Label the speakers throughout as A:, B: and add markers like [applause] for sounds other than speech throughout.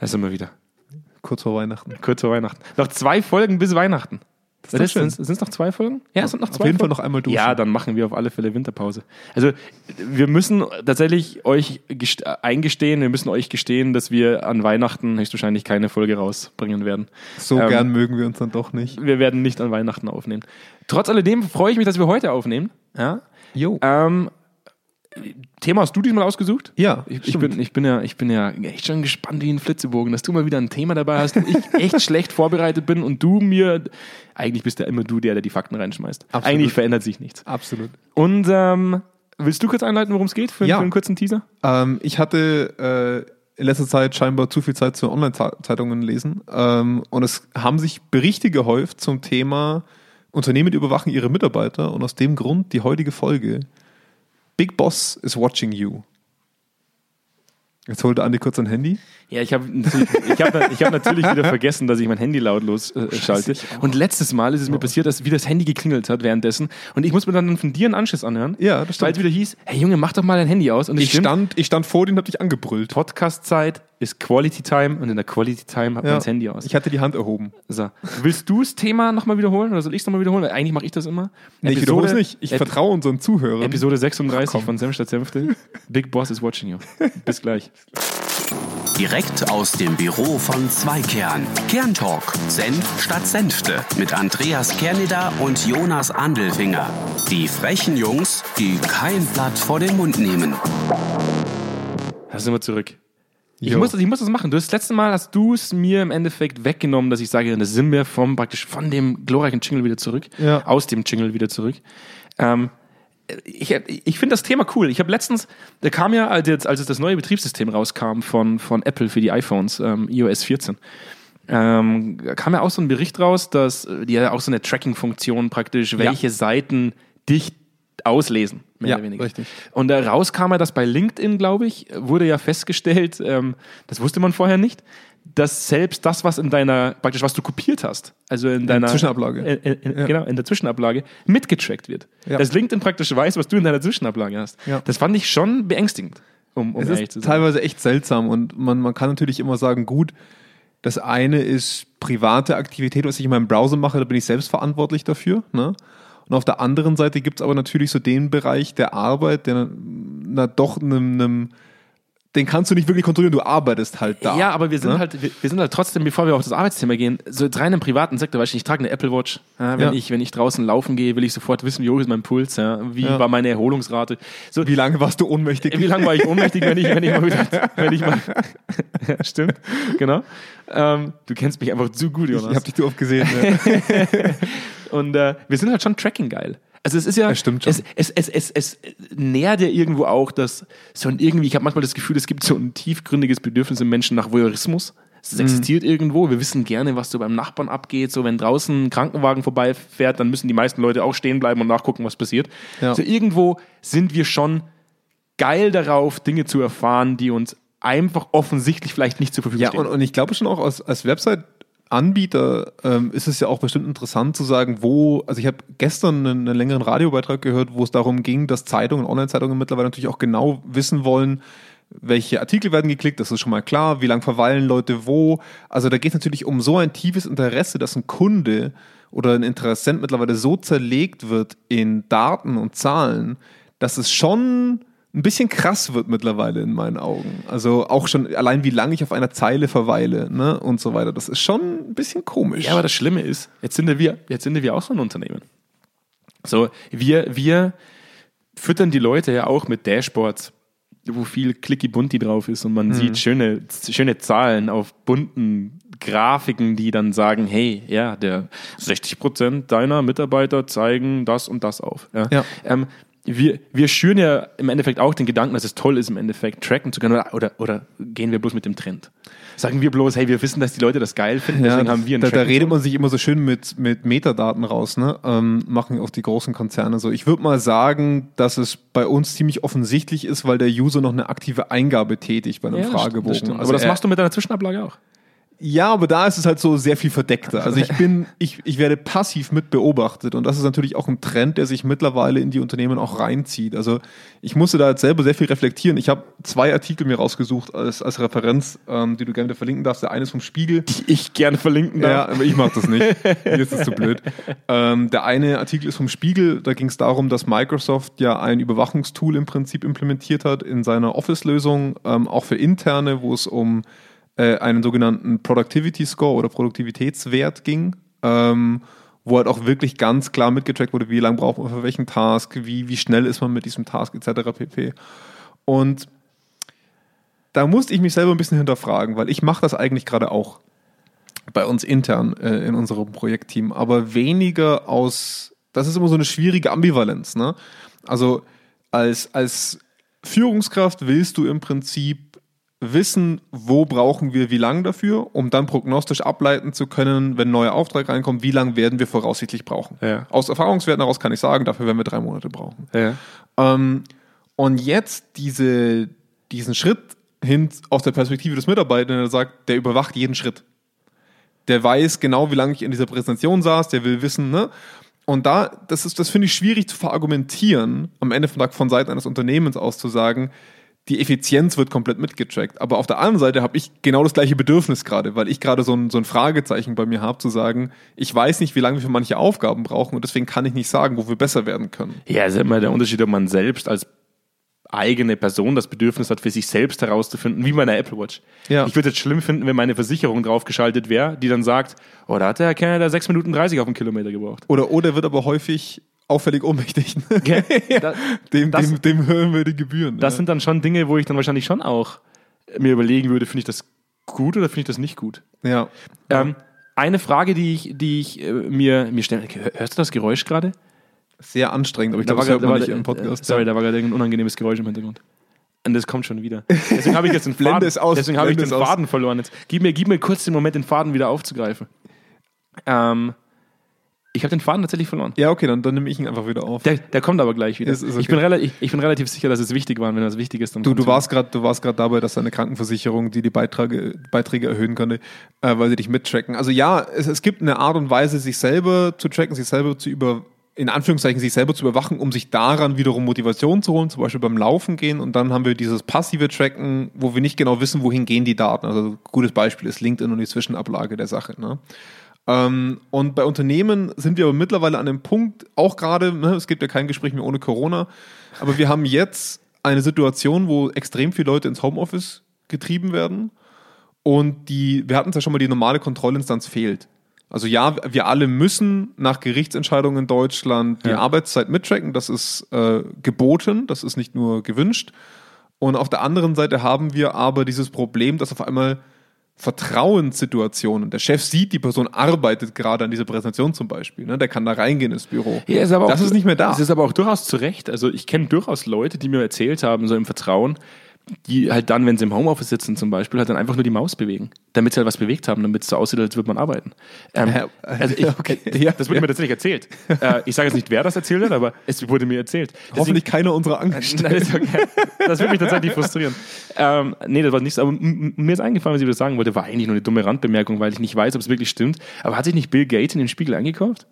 A: Das ist immer wieder.
B: Kurz vor Weihnachten.
A: Kurz vor Weihnachten. Noch zwei Folgen bis Weihnachten.
B: ist doch schön.
A: Sind es noch zwei Folgen? Ja, es sind noch
B: Auf
A: zwei
B: jeden Fall
A: Folgen.
B: noch einmal duschen.
A: Ja, dann machen wir auf alle Fälle Winterpause. Also wir müssen tatsächlich euch gest- äh, eingestehen, wir müssen euch gestehen, dass wir an Weihnachten höchstwahrscheinlich keine Folge rausbringen werden.
B: So
A: Ähm,
B: gern mögen wir uns dann doch nicht.
A: Wir werden nicht an Weihnachten aufnehmen. Trotz alledem freue ich mich, dass wir heute aufnehmen. Ja?
B: Jo.
A: Ähm, Thema hast du diesmal ausgesucht?
B: ja,
A: Ich, ich,
B: stimmt.
A: bin, ich, bin ja, ich bin ja echt schon gespannt wie ein Flitzebogen, dass du mal wieder ein Thema dabei hast, wo ich [laughs] echt schlecht vorbereitet bin und du mir, eigentlich bist ja immer du der, der die Fakten reinschmeißt.
B: Absolut.
A: Eigentlich verändert sich nichts.
B: Absolut.
A: Und ähm, willst du kurz einleiten, worum es geht für,
B: Ja.
A: für einen kurzen Teaser?
B: Ähm, ich hatte äh, in letzter Zeit scheinbar zu viel Zeit zu Online-Zeitungen lesen ähm, und es haben sich Berichte gehäuft zum Thema Unternehmen überwachen ihre Mitarbeiter und aus dem Grund die heutige Folge Big Boss is watching you. Jetzt holte Andi kurz sein Handy.
A: Ja, ich habe ich hab, ich hab natürlich [laughs] wieder vergessen, dass ich mein Handy lautlos äh, schalte. Und letztes Mal ist es mir passiert, dass wie das Handy geklingelt hat währenddessen. Und ich muss mir dann von dir einen Anschiss anhören,
B: Ja, das
A: weil es wieder hieß, hey Junge, mach doch mal dein Handy aus. Und es
B: Ich stand, ich stand vor dir und hab dich angebrüllt.
A: Podcast-Zeit ist Quality Time und in der Quality Time hat
B: Ja.
A: man das Handy aus.
B: Ich hatte die Hand erhoben.
A: So. Willst du das Thema nochmal wiederholen oder soll ich es nochmal wiederholen? Weil eigentlich mache ich das immer.
B: Nee, ich wiederhole es nicht. Ich
A: Ep-
B: vertraue unseren Zuhörern.
A: Episode 36
B: Komm.
A: von Senf statt
B: [laughs]
A: Senfte. Big Boss is watching you. Bis gleich.
C: Direkt aus dem Büro von Zweikern. Kerntalk. Senf statt Senfte. Mit Andreas Kerneder und Jonas Andelfinger. Die frechen Jungs, die kein Blatt vor den Mund nehmen.
A: Da sind wir zurück. Ich
B: Jo.
A: muss, das- ich muss das machen. Du hast, das letzte Mal hast du es mir im Endeffekt weggenommen, dass ich sage, das sind wir vom, praktisch von dem glorreichen Jingle wieder zurück.
B: Ja.
A: Aus dem Jingle wieder zurück. Ähm, ich ich finde das Thema cool. Ich habe letztens, da kam ja, als, jetzt, als es das neue Betriebssystem rauskam von, von Apple für die iPhones, ähm, iOS 14, ähm, da kam ja auch so ein Bericht raus, dass äh, die ja auch so eine Tracking-Funktion praktisch, welche Seiten dich auslesen, mehr
B: Ja,
A: oder weniger.
B: richtig.
A: Und da raus kam ja, dass bei LinkedIn, glaube ich, wurde ja festgestellt, ähm, das wusste man vorher nicht, dass selbst das, was in deiner, praktisch was du kopiert hast, also in deiner
B: Zwischenablage.
A: in, in,
B: Ja.
A: genau, in der Zwischenablage, mitgetrackt wird.
B: Ja.
A: Dass LinkedIn praktisch weiß, was du in deiner Zwischenablage hast.
B: Ja.
A: Das fand ich schon beängstigend, um, um
B: es
A: ehrlich zu
B: ist
A: sein.
B: teilweise echt seltsam und man, man kann natürlich immer sagen, gut, das eine ist private Aktivität, was ich in meinem Browser mache, da bin ich selbst verantwortlich dafür. Ne? Und auf der anderen Seite gibt es aber natürlich so den Bereich der Arbeit, der na doch einem, einem, den kannst du nicht wirklich kontrollieren, du arbeitest halt da.
A: Ja, aber wir sind
B: ne?
A: halt, wir, wir sind halt trotzdem, bevor wir auf das Arbeitsthema gehen, so jetzt rein im privaten Sektor, weißt du, ich trage eine Apple Watch. Ja, wenn,
B: Ja.
A: ich, wenn ich draußen laufen gehe, will ich sofort wissen, wie hoch ist mein Puls, ja, wie
B: Ja.
A: war meine Erholungsrate. So,
B: Wie lange warst du ohnmächtig?
A: wie
B: [laughs]
A: lange war ich ohnmächtig, wenn ich, wenn ich mal wieder, wenn ich mal, [laughs] ja, stimmt, [laughs] genau. Ähm, du kennst mich einfach zu gut, Jonas.
B: ich habe dich zu
A: [laughs]
B: oft gesehen. Ne?
A: Und äh, wir sind halt schon Tracking geil. Also es ist ja,
B: Das stimmt schon.
A: Es, es, es, es, es nährt ja irgendwo auch, dass so ein irgendwie, ich habe manchmal das Gefühl, es gibt so ein tiefgründiges Bedürfnis im Menschen nach Voyeurismus. Es
B: Mhm.
A: existiert irgendwo. Wir wissen gerne, was so beim Nachbarn abgeht. So, wenn draußen ein Krankenwagen vorbeifährt, dann müssen die meisten Leute auch stehen bleiben und nachgucken, was passiert.
B: Ja.
A: So, irgendwo sind wir schon geil darauf, Dinge zu erfahren, die uns einfach offensichtlich vielleicht nicht zur Verfügung
B: Ja,
A: stehen.
B: und, und ich glaube schon auch als, als Website-Anbieter ähm, ist es ja auch bestimmt interessant zu sagen, wo, also ich habe gestern einen, einen längeren Radiobeitrag gehört, wo es darum ging, dass Zeitungen, Online-Zeitungen mittlerweile natürlich auch genau wissen wollen, welche Artikel werden geklickt, das ist schon mal klar, wie lange verweilen Leute wo. Also da geht es natürlich um so ein tiefes Interesse, dass ein Kunde oder ein Interessent mittlerweile so zerlegt wird in Daten und Zahlen, dass es schon ein bisschen krass wird mittlerweile in meinen Augen. Also auch schon allein wie lange ich auf einer Zeile verweile ne, und so weiter. Das ist schon ein bisschen komisch.
A: Ja, aber das Schlimme ist, jetzt sind ja wir, jetzt sind ja wir auch so ein Unternehmen. So, wir, wir füttern die Leute ja auch mit Dashboards, wo viel clicky bunti drauf ist und man sieht schöne, schöne Zahlen auf bunten Grafiken, die dann sagen, hey, ja, der 60% deiner Mitarbeiter zeigen das und das auf. Ja.
B: Ja.
A: Ähm, wir, wir schüren ja im Endeffekt auch den Gedanken, dass es toll ist, im Endeffekt tracken zu können. Oder, oder, oder gehen wir bloß mit dem Trend? Sagen wir bloß, hey, wir wissen, dass die Leute das geil finden,
B: Ja,
A: deswegen haben wir einen
B: da, da
A: Tracking-Tool.
B: redet man sich immer so schön mit, mit Metadaten raus, ne? ähm, machen auch die großen Konzerne so. Ich würde mal sagen, dass es bei uns ziemlich offensichtlich ist, weil der User noch eine aktive Eingabe tätigt bei einem
A: Ja, das stimmt, das
B: Fragebogen. Also
A: stimmt. aber das
B: er-
A: machst du mit deiner Zwischenablage auch.
B: Ja, aber da ist es halt so sehr viel verdeckter. Also ich bin,
A: [laughs]
B: ich, ich werde passiv mit beobachtet und das ist natürlich auch ein Trend, der sich mittlerweile in die Unternehmen auch reinzieht. Also ich musste da jetzt selber sehr viel reflektieren. Ich habe zwei Artikel mir rausgesucht als, als Referenz, ähm, die du gerne wieder verlinken darfst. Der eine ist vom Spiegel.
A: Die ich gerne verlinken
B: Ja,
A: darf.
B: aber ich mache das nicht. Mir ist das zu blöd. Ähm, der eine Artikel ist vom Spiegel. Da ging es darum, dass Microsoft ja ein Überwachungstool im Prinzip implementiert hat in seiner Office-Lösung, ähm, auch für interne, wo es um äh, einen sogenannten Productivity Score oder Produktivitätswert ging. Ähm, wo halt auch wirklich ganz klar mitgetrackt wurde, wie lange braucht man für welchen Task, wie, wie schnell ist man mit diesem Task etc. pp. Und da musste ich mich selber ein bisschen hinterfragen, weil ich mache das eigentlich gerade auch bei uns intern äh, in unserem Projektteam, aber weniger aus, das ist immer so eine schwierige Ambivalenz. Ne? Also als, als Führungskraft willst du im Prinzip wissen, wo brauchen wir wie lange dafür, um dann prognostisch ableiten zu können, wenn ein neuer Auftrag reinkommt, wie lange werden wir voraussichtlich brauchen.
A: Ja.
B: Aus Erfahrungswerten heraus kann ich sagen, dafür werden wir drei Monate brauchen.
A: Ja.
B: Ähm, und jetzt diese, diesen Schritt hin aus der Perspektive des Mitarbeitenden, der sagt, der überwacht jeden Schritt. Der weiß genau, wie lange ich in dieser Präsentation saß, der will wissen, ne? Und da, das ist, das finde ich schwierig zu verargumentieren, am Ende vom Tag von Seiten eines Unternehmens aus zu sagen, die Effizienz wird komplett mitgetrackt. Aber auf der anderen Seite habe ich genau das gleiche Bedürfnis gerade, weil ich gerade so ein, so ein Fragezeichen bei mir habe, zu sagen, ich weiß nicht, wie lange wir für manche Aufgaben brauchen und deswegen kann ich nicht sagen, wo wir besser werden können.
A: Ja, es ist immer der Unterschied, ob man selbst als eigene Person das Bedürfnis hat, für sich selbst herauszufinden, wie meine Apple Watch.
B: Ja.
A: Ich würde es schlimm finden, wenn meine Versicherung draufgeschaltet wäre, die dann sagt, oh, da hat der Herr Kerner da 6 Minuten 30 auf den Kilometer
B: [laughs]
A: gebraucht.
B: Oder oder wird aber häufig auffällig ohnmächtig. [laughs] ne?
A: Gell? Da-
B: dem,
A: das-
B: dem, dem hören wir die Gebühren.
A: Das
B: ja.
A: sind dann schon Dinge, wo ich dann wahrscheinlich schon auch mir überlegen würde, finde ich das gut oder finde ich das nicht gut.
B: ne? ja.
A: Ähm, eine Frage, die ich, die ich äh, mir, mir stelle, Hör- hörst du das Geräusch gerade?
B: sehr anstrengend, aber ich glaube, das
A: grad-
B: hört man nicht
A: da-
B: im Podcast.
A: Äh, sorry, da war gerade irgendein unangenehmes Geräusch im Hintergrund. Und das kommt schon [laughs] wieder. Deswegen habe ich jetzt den
B: Blende
A: Faden,
B: es aus,
A: deswegen habe ich den
B: blende es aus.
A: Faden verloren. Jetzt. Gib, mir, gib mir kurz den Moment, den Faden wieder aufzugreifen. Ähm, ich habe den Faden tatsächlich verloren.
B: ja, okay, dann, dann nehme ich ihn einfach wieder auf.
A: Der, der kommt aber gleich wieder.
B: Ist- ist
A: ich,
B: okay.
A: bin rela- ich, ich bin relativ sicher, dass es wichtig war. Und Wenn das wichtig ist, dann
B: Du, du
A: kommt's
B: warst gerade du warst gerade dabei, dass deine Krankenversicherung die die Beiträge, Beiträge erhöhen könnte, äh, weil sie dich mittracken. Also ja, es, es gibt eine Art und Weise, sich selber zu tracken, sich selber zu über in Anführungszeichen sich selber zu überwachen, um sich daran wiederum Motivation zu holen, zum Beispiel beim Laufen gehen. Und dann haben wir dieses passive Tracken, wo wir nicht genau wissen, wohin gehen die Daten. Also gutes Beispiel ist LinkedIn und die Zwischenablage der Sache. Ne? Ähm, und bei Unternehmen sind wir aber mittlerweile an dem Punkt, auch gerade, ne, es gibt ja kein Gespräch mehr ohne Corona, aber wir haben jetzt eine Situation, wo extrem viele Leute ins Homeoffice getrieben werden und die, wir hatten es ja schon mal, die normale Kontrollinstanz fehlt. Also ja, wir alle müssen nach Gerichtsentscheidungen in Deutschland die
A: Ja.
B: Arbeitszeit mittracken, das ist äh, geboten, das ist nicht nur gewünscht. Und auf der anderen Seite haben wir aber dieses Problem, dass auf einmal Vertrauenssituationen, der Chef sieht, die Person arbeitet gerade an dieser Präsentation zum Beispiel, ne? der kann da reingehen ins Büro.
A: Ja, ist aber auch,
B: das ist nicht mehr da.
A: Es ist aber auch durchaus zu Recht. Also ich kenne durchaus Leute, die mir erzählt haben, so im Vertrauen, die halt dann, wenn sie im Homeoffice sitzen zum Beispiel, halt dann einfach nur die Maus bewegen, damit sie halt was bewegt haben, damit es so aussieht, als würde man arbeiten. Ähm,
B: Ja,
A: also ich,
B: ja, okay.
A: äh,
B: Ja,
A: das wurde mir tatsächlich erzählt. äh, ich sage jetzt nicht, wer das erzählt hat, aber es wurde mir erzählt. [laughs]
B: Hoffentlich keiner unserer
A: Nein,
B: Angestellten.
A: das, ist okay. das würde mich tatsächlich frustrieren. Ähm, nee, das war nichts, aber m- m- mir ist eingefallen, was ich das sagen wollte, war eigentlich nur eine dumme Randbemerkung, weil ich nicht weiß, ob es wirklich stimmt. Aber hat sich nicht Bill Gates in den Spiegel eingekauft?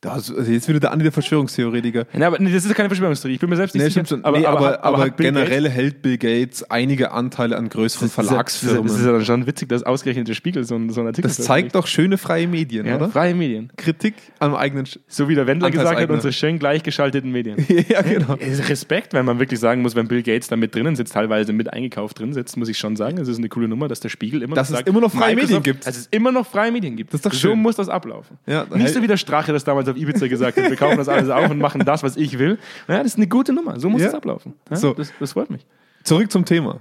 B: Das, also jetzt wieder der Andi der Verschwörungstheoretiker.
A: Ja, aber nee, das ist keine Verschwörungstheorie. Ich bin mir selbst nicht
B: Nee,
A: sicher.
B: stimmt schon. nee, aber, aber,
A: hat Bill
B: generell hält Bill Gates einige Anteile an größeren
A: Gates-
B: Verlagsfirmen.
A: Das ist ja dann schon witzig, dass ausgerechnet der Spiegel so, ein- so einen Artikel
B: das zeigt doch schöne freie Medien,
A: veröffentlicht. ja,
B: oder?
A: freie Medien.
B: Kritik am eigenen. Sch
A: So wie der Wendler gesagt hat,
B: Anteilseigner.
A: unsere schön gleichgeschalteten Medien.
B: [laughs] ja, genau.
A: Respekt, wenn man wirklich sagen muss, wenn Bill Gates da mit drinnen sitzt, teilweise mit eingekauft drin sitzt, muss ich schon sagen, es ist eine coole Nummer, dass der Spiegel immer
B: Dass es immer noch freie Medien
A: Microsoft-
B: gibt.
A: Dass es immer noch freie Medien gibt.
B: Das ist doch
A: so
B: schön.
A: muss das ablaufen.
B: Ja,
A: Nicht so wie der Strache das damals auf Ibiza gesagt hat, wir kaufen das alles auf und machen das, was ich will. Ja, das ist eine gute Nummer, so muss
B: Ja.
A: das ablaufen. Ja,
B: So.
A: das, das freut mich.
B: Zurück
A: [laughs]
B: zum Thema.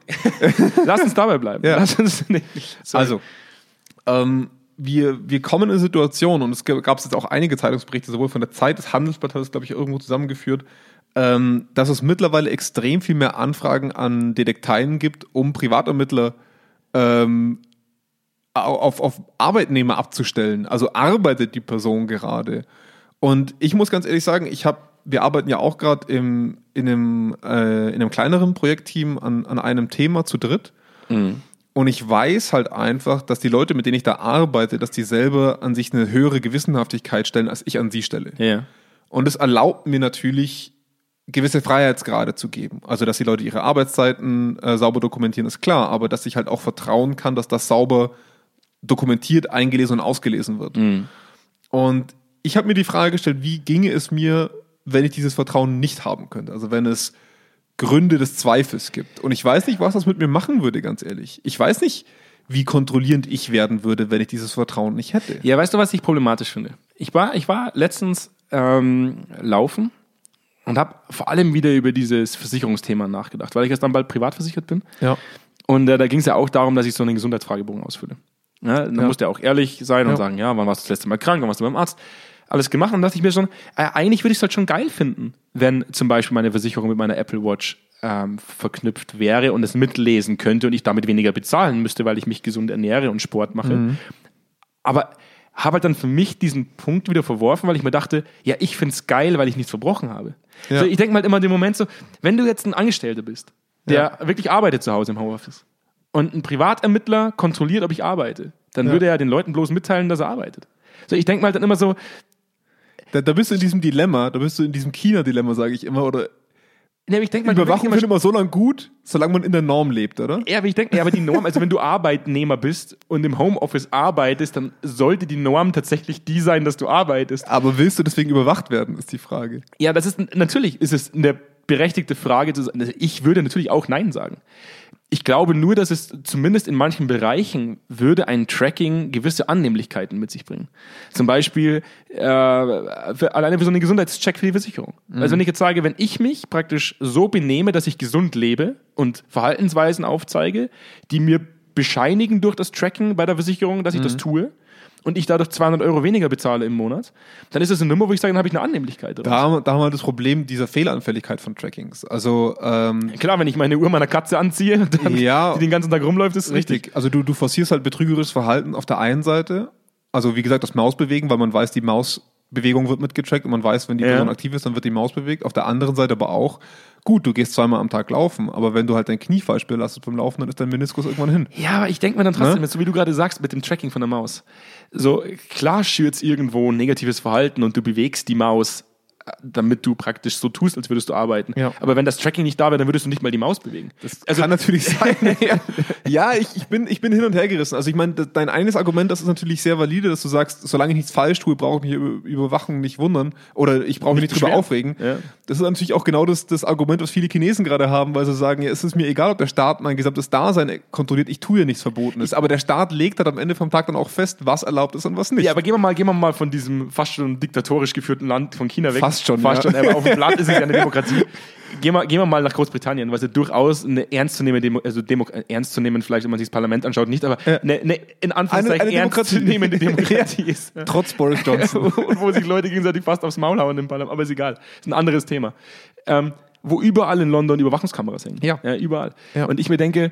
A: Lass uns dabei bleiben.
B: Ja.
A: Lass uns nicht. Sorry.
B: Also, ähm, wir, wir kommen in Situationen, und es gab es jetzt auch einige Zeitungsberichte, sowohl von der Zeit des Handelsblatt hat es, glaube ich, irgendwo zusammengeführt, ähm, dass es mittlerweile extrem viel mehr Anfragen an Detekteien gibt, um Privatermittler ähm, au- auf, auf Arbeitnehmer abzustellen. Also arbeitet die Person gerade. Und ich muss ganz ehrlich sagen, ich habe, wir arbeiten ja auch gerade im, in, einem, äh, in einem kleineren Projektteam an, an einem Thema zu dritt. Und ich weiß halt einfach, dass die Leute, mit denen ich da arbeite, dass die selber an sich eine höhere Gewissenhaftigkeit stellen, als ich an sie stelle.
A: Ja.
B: Und es erlaubt mir natürlich, gewisse Freiheitsgrade zu geben. Also, dass die Leute ihre Arbeitszeiten äh, sauber dokumentieren, ist klar, aber dass ich halt auch vertrauen kann, dass das sauber dokumentiert, eingelesen und ausgelesen wird. Und ich habe mir die Frage gestellt, wie ginge es mir, wenn ich dieses Vertrauen nicht haben könnte? Also, wenn es Gründe des Zweifels gibt. Und ich weiß nicht, was das mit mir machen würde, ganz ehrlich. Ich weiß nicht, wie kontrollierend ich werden würde, wenn ich dieses Vertrauen nicht hätte.
A: Ja, weißt du, was ich problematisch finde? Ich war, ich war letztens ähm, laufen und habe vor allem wieder über dieses Versicherungsthema nachgedacht, weil ich jetzt dann bald privat versichert bin.
B: Ja.
A: Und äh, da ging es ja auch darum, dass ich so einen Gesundheitsfragebogen ausfülle. Ja, dann musste er auch ehrlich sein und
B: Ja.
A: sagen, ja, wann warst du das letzte Mal krank, wann warst du beim Arzt? Alles gemacht und dachte ich mir schon, äh, eigentlich würde ich es halt schon geil finden, wenn zum Beispiel meine Versicherung mit meiner Apple Watch ähm, verknüpft wäre und es mitlesen könnte und ich damit weniger bezahlen müsste, weil ich mich gesund ernähre und Sport mache. Aber habe halt dann für mich diesen Punkt wieder verworfen, weil ich mir dachte, ja, ich finde es geil, weil ich nichts verbrochen habe.
B: Ja.
A: So, ich denke mal halt immer den Moment so, wenn du jetzt ein Angestellter bist, der wirklich arbeitet zu Hause im Homeoffice und ein Privatermittler kontrolliert, ob ich arbeite, dann würde er den Leuten bloß mitteilen, dass er arbeitet. So, ich denke mal halt dann immer so,
B: Da, da bist du in diesem Dilemma, da bist du in diesem China-Dilemma, sage ich immer, oder
A: ne, aber ich denke mal,
B: Überwachung
A: wirklich
B: findet man so lange gut, solange man in der Norm lebt, oder?
A: immer- ja, aber ich denke, ja, aber die Norm, also wenn du Arbeitnehmer bist und im Homeoffice arbeitest, dann sollte die Norm tatsächlich die sein, dass du arbeitest.
B: Aber willst du deswegen überwacht werden, ist die Frage.
A: Ja, das ist natürlich ist es eine berechtigte Frage. zu sagen. Ich würde natürlich auch Nein sagen. Ich glaube nur, dass es zumindest in manchen Bereichen würde ein Tracking gewisse Annehmlichkeiten mit sich bringen. Zum Beispiel äh, für, alleine für so einen Gesundheitscheck für die Versicherung. Also wenn ich jetzt sage, wenn ich mich praktisch so benehme, dass ich gesund lebe und Verhaltensweisen aufzeige, die mir bescheinigen durch das Tracking bei der Versicherung, dass ich das tue und ich dadurch 200 Euro weniger bezahle im Monat, dann ist das eine Nummer, wo ich sage, dann habe ich eine Annehmlichkeit. Oder?
B: Da haben, wir- da haben wir das Problem dieser Fehleranfälligkeit von Trackings. Also, ähm,
A: Klar, wenn ich meine Uhr meiner Katze anziehe [laughs] und dann
B: Ja.
A: die den ganzen Tag rumläuft, ist richtig.
B: richtig. Also, du, du forcierst halt betrügerisches Verhalten auf der einen Seite. Also, wie gesagt, das Mausbewegen, weil man weiß, die Mausbewegung wird mitgetrackt und man weiß, wenn die
A: Ja.
B: Person aktiv ist, dann wird die Maus bewegt. Auf der anderen Seite aber auch, gut, du gehst zweimal am Tag laufen, aber wenn du halt dein Knie falsch belastest beim Laufen, dann ist dein Meniskus irgendwann hin.
A: Ja, aber ich denke mir dann trotzdem,
B: Ne?
A: so wie du gerade sagst, mit dem Tracking von der Maus. So, klar schürzt irgendwo ein negatives Verhalten und du bewegst die Maus, äh, damit du praktisch so tust, als würdest du arbeiten.
B: Ja.
A: Aber wenn das Tracking nicht da wäre, dann würdest du nicht mal die Maus bewegen. Also
B: Das kann [laughs] natürlich sein. Also ja, ich, ich, bin, ich bin hin und her gerissen. Also ich meine, de- dein eines Argument, das ist natürlich sehr valide, dass du sagst, solange ich nichts falsch tue, brauche ich mich über Überwachung nicht wundern oder ich brauche mich nicht drüber
A: beschweren.
B: aufregen.
A: Ja.
B: Das ist natürlich auch genau das, das Argument, was viele Chinesen gerade haben, weil sie sagen, ja, es ist mir egal, ob der Staat mein gesamtes Dasein kontrolliert, ich tue ja nichts Verbotenes. Aber der Staat legt halt am Ende vom Tag dann auch fest, was erlaubt ist und was nicht.
A: Ja, aber gehen wir mal, gehen wir mal von diesem fast schon diktatorisch geführten Land von China weg.
B: Fast schon,
A: Fast
B: ja.
A: schon, aber auf dem Land ist es ja eine
B: [laughs]
A: Demokratie. Gehen wir, gehen wir mal nach Großbritannien, was ja durchaus eine ernstzunehmende, Demo, also Demo, äh, ernstzunehmen vielleicht, wenn man sich das Parlament anschaut, nicht, aber eine, eine in Anführungszeichen
B: Eine- eine Demokratie. [laughs]
A: ernstzunehmende Demokratie ist.
B: Trotz [laughs] Boris
A: [laughs]
B: Johnson.
A: und wo sich Leute gegenseitig fast aufs Maul hauen im Parlament, aber ist egal. Ist ein anderes Thema. Ähm, wo überall in London Überwachungskameras hängen.
B: Ja.
A: überall.
B: Ja.
A: Und ich mir denke,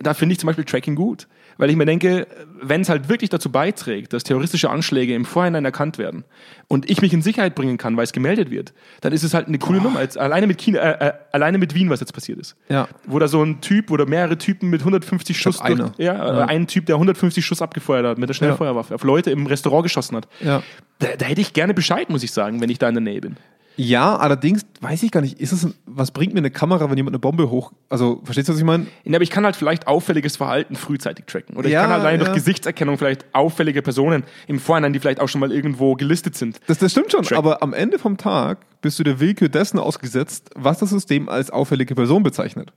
A: da finde ich zum Beispiel Tracking gut. Weil ich mir denke, wenn es halt wirklich dazu beiträgt, dass terroristische Anschläge im Vorhinein erkannt werden und ich mich in Sicherheit bringen kann, weil es gemeldet wird, dann ist es halt eine coole Nummer. Als, alleine, mit China, äh, äh, alleine mit Wien, was jetzt passiert ist.
B: Ja.
A: Wo da so ein Typ oder mehrere Typen mit 150 Schuss.
B: glaub, einer.
A: ja, äh, ein Typ, der 150 Schuss abgefeuert hat mit der Schnellfeuerwaffe, auf Leute im Restaurant geschossen hat.
B: Ja.
A: Da, da hätte ich gerne Bescheid, muss ich sagen, wenn ich da in der Nähe bin.
B: ja, allerdings weiß ich gar nicht, ist es ein, was bringt mir eine Kamera, wenn jemand eine Bombe hoch... Also, verstehst du, was ich meine?
A: Ja, Aber ich kann halt vielleicht auffälliges Verhalten frühzeitig tracken. Oder
B: Ja,
A: ich kann allein durch
B: ja.
A: Gesichtserkennung vielleicht auffällige Personen im Vorhinein, die vielleicht auch schon mal irgendwo gelistet sind.
B: Das, das stimmt schon,
A: Track.
B: aber am Ende vom Tag bist du der Willkür dessen ausgesetzt, was das System als auffällige Person bezeichnet.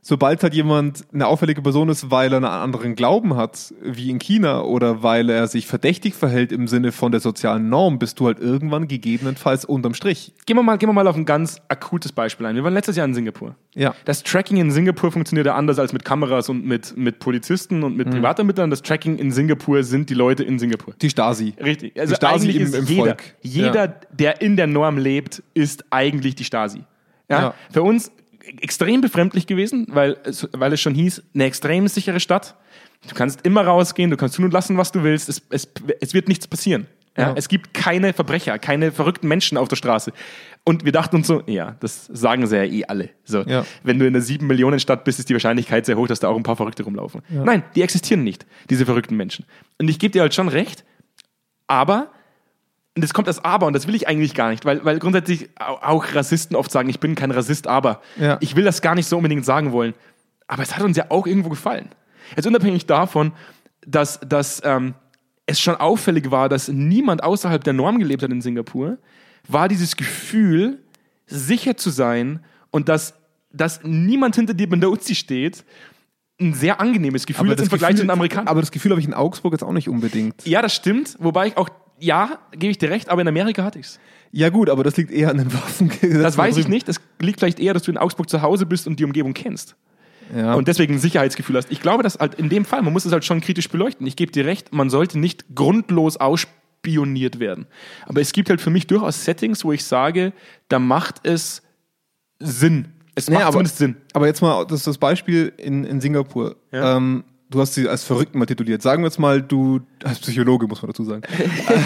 B: Sobald halt jemand eine auffällige Person ist, weil er einen anderen Glauben hat, wie in China, oder weil er sich verdächtig verhält im Sinne von der sozialen Norm, bist du halt irgendwann gegebenenfalls unterm Strich.
A: Gehen wir, mal, gehen wir mal auf ein ganz akutes Beispiel ein. Wir waren letztes Jahr in Singapur.
B: Ja.
A: Das Tracking in Singapur funktioniert ja anders als mit Kameras und mit, mit Polizisten und mit
B: Mhm.
A: Privatermittlern. Das Tracking in Singapur sind die Leute in Singapur.
B: Die Stasi.
A: Richtig. Also
B: Die Stasi
A: eigentlich
B: im-
A: ist
B: im
A: jeder,
B: Volk.
A: jeder,
B: Ja.
A: der in der Norm lebt, ist eigentlich die Stasi. Ja?
B: Ja.
A: Für uns extrem befremdlich gewesen, weil es, weil es schon hieß, eine extrem sichere Stadt. Du kannst immer rausgehen, du kannst tun und lassen, was du willst. Es, es, es wird nichts passieren. Ja, Es gibt keine Verbrecher, keine verrückten Menschen auf der Straße. Und wir dachten uns so, ja, das sagen sie ja eh alle. So,
B: Ja.
A: Wenn du in einer 7-Millionen-Stadt bist, ist die Wahrscheinlichkeit sehr hoch, dass da auch ein paar Verrückte rumlaufen. Nein, die existieren nicht, diese verrückten Menschen. Und ich gebe dir halt schon recht, aber, und jetzt kommt das Aber, und das will ich eigentlich gar nicht, weil, weil grundsätzlich au- auch Rassisten oft sagen, ich bin kein Rassist, aber
B: Ja.
A: ich will das gar nicht so unbedingt sagen wollen. Aber es hat uns ja auch irgendwo gefallen. Jetzt unabhängig davon, dass, dass ähm, es schon auffällig war, dass niemand außerhalb der Norm gelebt hat in Singapur, war dieses Gefühl, sicher zu sein und dass, dass niemand hinter dir Bendozi steht, ein sehr angenehmes Gefühl ist im Vergleich zu
B: Gefühl,
A: den Amerikanern.
B: aber das Gefühl habe ich in Augsburg jetzt auch nicht unbedingt.
A: Ja, das stimmt. Wobei ich auch, ja, gebe ich dir recht, aber in Amerika hatte ich's.
B: Ja gut, aber das liegt eher an den [laughs] Waffen.
A: Das weiß ich nicht. Das liegt vielleicht eher, dass du in Augsburg zu Hause bist und die Umgebung kennst.
B: Ja.
A: Und deswegen ein Sicherheitsgefühl hast. Ich glaube, dass halt in dem Fall, man muss es halt schon kritisch beleuchten. Ich gebe dir recht, man sollte nicht grundlos ausspioniert werden. Aber es gibt halt für mich durchaus Settings, wo ich sage, da macht es Sinn. Es macht
B: Naja, aber,
A: zumindest Sinn.
B: aber jetzt mal, das ist das Beispiel in, in Singapur.
A: Ja.
B: Ähm, du hast sie als verrückt mal tituliert. Sagen wir jetzt mal, du, als Psychologe muss man dazu sagen,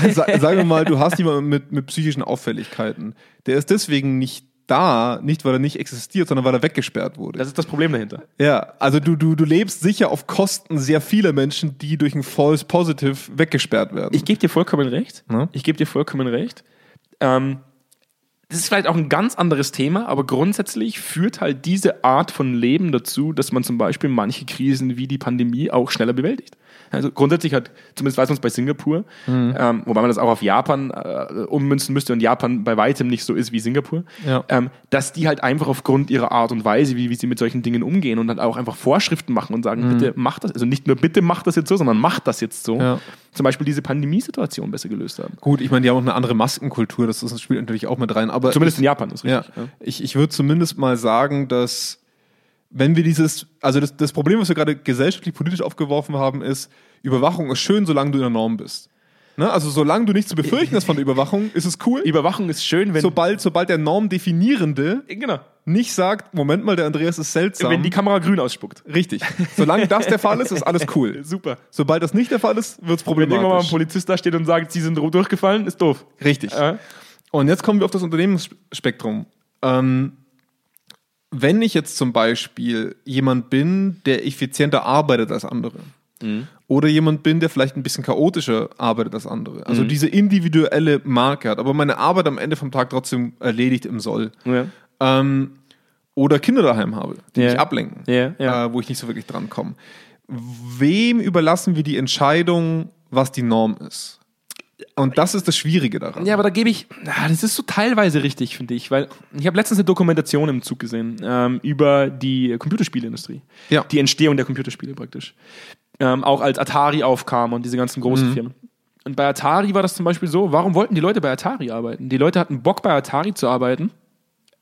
B: äh, sa sagen wir mal, du hast jemanden mit, mit psychischen Auffälligkeiten. Der ist deswegen nicht da, nicht weil er nicht existiert, sondern weil er weggesperrt wurde.
A: Das ist das Problem dahinter.
B: ja, also du, du, du lebst sicher auf Kosten sehr vieler Menschen, die durch ein False Positive weggesperrt werden.
A: Ich gebe dir vollkommen recht.
B: Ne?
A: Ich gebe dir vollkommen recht. Ähm, das ist vielleicht auch ein ganz anderes Thema, aber grundsätzlich führt halt diese Art von Leben dazu, dass man zum Beispiel manche Krisen wie die Pandemie auch schneller bewältigt. Also grundsätzlich hat, zumindest weiß man es bei Singapur, ähm, wobei man das auch auf Japan äh, ummünzen müsste und Japan bei weitem nicht so ist wie Singapur,
B: Ja.
A: ähm, dass die halt einfach aufgrund ihrer Art und Weise, wie, wie sie mit solchen Dingen umgehen und dann auch einfach Vorschriften machen und
B: Mhm.
A: sagen, bitte macht das, also nicht nur bitte macht das jetzt so, sondern macht das jetzt so,
B: Ja.
A: zum Beispiel diese Pandemiesituation besser gelöst haben.
B: Gut, ich meine, die haben auch eine andere Maskenkultur, das, ist, das spielt natürlich auch mit rein. Aber
A: Zumindest in Japan ist
B: Ja,
A: richtig. Ja.
B: ich, ich würde zumindest mal sagen, dass wenn wir dieses, also das, das Problem, was wir gerade gesellschaftlich, politisch aufgeworfen haben, ist, Überwachung ist schön, solange du in der Norm bist. Ne? Also solange du nichts zu befürchten hast von der Überwachung, ist es cool.
A: Überwachung ist schön, wenn,
B: Sobald, sobald der Normdefinierende
A: genau,
B: nicht sagt, Moment mal, der Andreas ist seltsam.
A: wenn die Kamera grün ausspuckt.
B: Richtig. Solange das der Fall ist, ist alles
A: [laughs]
B: cool.
A: Super.
B: Sobald das nicht der Fall ist, wird es
A: Wenn irgendwann mal ein
B: problematisch.
A: Polizist da steht und sagt, sie sind durchgefallen, ist doof.
B: Richtig.
A: Ja.
B: Und jetzt kommen wir auf das Unternehmensspektrum. Ähm, wenn ich jetzt zum Beispiel jemand bin, der effizienter arbeitet als andere,
A: Mhm.
B: oder jemand bin, der vielleicht ein bisschen chaotischer arbeitet als andere,
A: Mhm.
B: also diese individuelle Marke hat, aber meine Arbeit am Ende vom Tag trotzdem erledigt im Soll,
A: Ja.
B: ähm, oder Kinder daheim habe, die
A: Ja.
B: mich ablenken,
A: Ja, ja.
B: Äh, wo ich nicht so wirklich dran komme. Wem überlassen wir die Entscheidung, was die Norm ist? Und das ist das Schwierige daran.
A: Ja, aber da gebe ich, ah, das ist so teilweise richtig, finde ich, weil ich habe letztens eine Dokumentation im Zug gesehen ähm, über die Computerspielindustrie.
B: Ja.
A: Die Entstehung der Computerspiele praktisch. Ähm, auch als Atari aufkam und diese ganzen großen
B: Mhm.
A: Firmen. Und bei Atari war das zum Beispiel so, warum wollten die Leute bei Atari arbeiten? Die Leute hatten Bock, bei Atari zu arbeiten,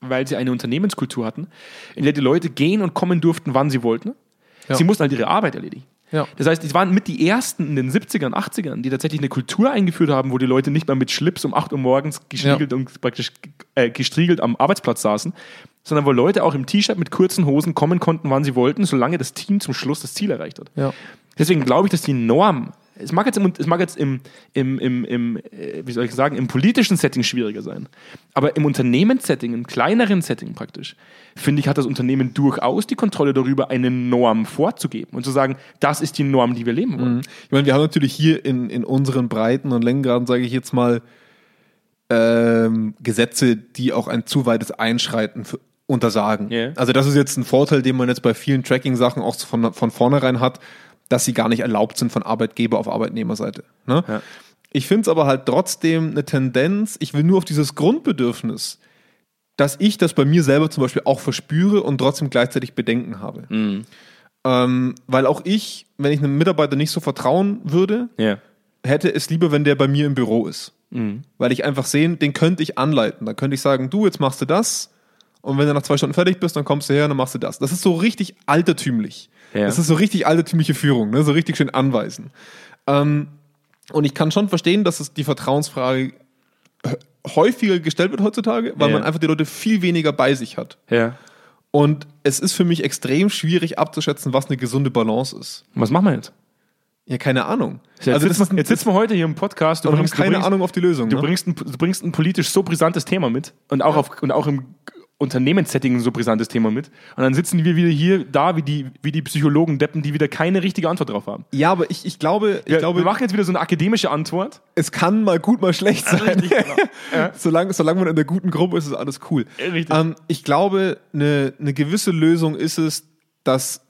A: weil sie eine Unternehmenskultur hatten, in der die Leute gehen und kommen durften, wann sie wollten.
B: Ja.
A: Sie mussten halt ihre Arbeit erledigen.
B: Ja.
A: Das heißt, die waren mit die ersten in den 70ern, 80ern, die tatsächlich eine Kultur eingeführt haben, wo die Leute nicht mehr mit Schlips um 8 Uhr morgens gestriegelt und praktisch äh, gestriegelt am Arbeitsplatz saßen, sondern wo Leute auch im T-Shirt mit kurzen Hosen kommen konnten, wann sie wollten, solange das Team zum Schluss das Ziel erreicht hat.
B: Ja.
A: Deswegen glaube ich, dass die Norm, es mag jetzt im, es mag jetzt im, im, im, im äh, wie soll ich sagen, im politischen Setting schwieriger sein, aber im Unternehmenssetting, im kleineren Setting praktisch, finde ich, hat das Unternehmen durchaus die Kontrolle darüber, eine Norm vorzugeben und zu sagen, das ist die Norm, die wir leben wollen.
B: Ich meine, wir haben natürlich hier in, in unseren Breiten und Längengraden, sage ich jetzt mal, ähm, Gesetze, die auch ein zu weites Einschreiten für, untersagen.
A: Ja.
B: Also das ist jetzt ein Vorteil, den man jetzt bei vielen Tracking-Sachen auch von, von vornherein hat, dass sie gar nicht erlaubt sind von Arbeitgeber auf Arbeitnehmerseite. Ne?
A: Ja.
B: Ich finde es aber halt trotzdem eine Tendenz, ich will nur auf dieses Grundbedürfnis, dass ich das bei mir selber zum Beispiel auch verspüre und trotzdem gleichzeitig Bedenken habe. Ähm, weil auch ich, wenn ich einem Mitarbeiter nicht so vertrauen würde,
A: Ja.
B: hätte es lieber, wenn der bei mir im Büro ist.
A: Mhm.
B: Weil ich einfach sehen, den könnte ich anleiten. Dann könnte ich sagen, du, jetzt machst du das. Und wenn du nach zwei Stunden fertig bist, dann kommst du her und dann machst du das. Das ist so richtig altertümlich.
A: Ja.
B: Das ist so richtig altertümliche Führung, ne? so richtig schön anweisen. Ähm, und ich kann schon verstehen, dass es die Vertrauensfrage äh, häufiger gestellt wird heutzutage, weil
A: Ja.
B: man einfach die Leute viel weniger bei sich hat.
A: ja.
B: Und es ist für mich extrem schwierig abzuschätzen, was eine gesunde Balance ist.
A: Was machen wir jetzt?
B: Ja, keine Ahnung.
A: Jetzt, also sitzen,
B: ist ein-
A: jetzt sitzen wir heute hier im Podcast. Du
B: aber wir haben keine
A: du bringst,
B: Ahnung auf die Lösung.
A: Du
B: ne?
A: bringst, ein, du bringst ein politisch so brisantes Thema mit und auch, auf, und auch im Unternehmenssetting ein so brisantes Thema mit. Und dann sitzen wir wieder hier da, wie die, wie die Psychologen deppen, die wieder keine richtige Antwort drauf haben.
B: ja, aber ich, ich glaube, ich
A: Wir,
B: glaube
A: wir machen jetzt wieder so eine akademische Antwort.
B: es kann mal gut, mal schlecht sein.
A: richtig, genau.
B: [laughs] solange, solange man in der guten Gruppe ist, ist alles cool.
A: Ja, richtig.
B: Ähm, ich glaube, eine, eine gewisse Lösung ist es, dass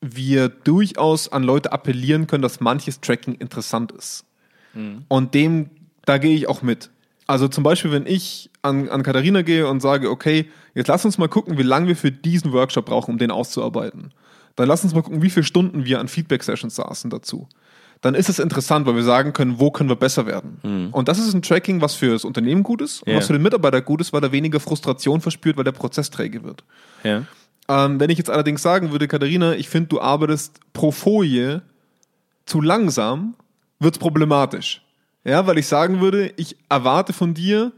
B: wir durchaus an Leute appellieren können, dass manches Tracking interessant ist. Und dem, da gehe ich auch mit. Also zum Beispiel, wenn ich an, an Katharina gehe und sage, okay, jetzt lass uns mal gucken, wie lange wir für diesen Workshop brauchen, um den auszuarbeiten. Dann lass uns mal gucken, wie viele Stunden wir an Feedback-Sessions saßen dazu. Dann ist es interessant, weil wir sagen können, wo können wir besser werden. Und das ist ein Tracking, was für das Unternehmen gut ist und
A: Ja.
B: was für den Mitarbeiter gut ist, weil er weniger Frustration verspürt, weil der Prozess träge wird.
A: Ja.
B: Ähm, wenn ich jetzt allerdings sagen würde, Katharina, ich finde, du arbeitest pro Folie zu langsam, wird es problematisch. Ja, weil ich sagen würde, ich erwarte von dir,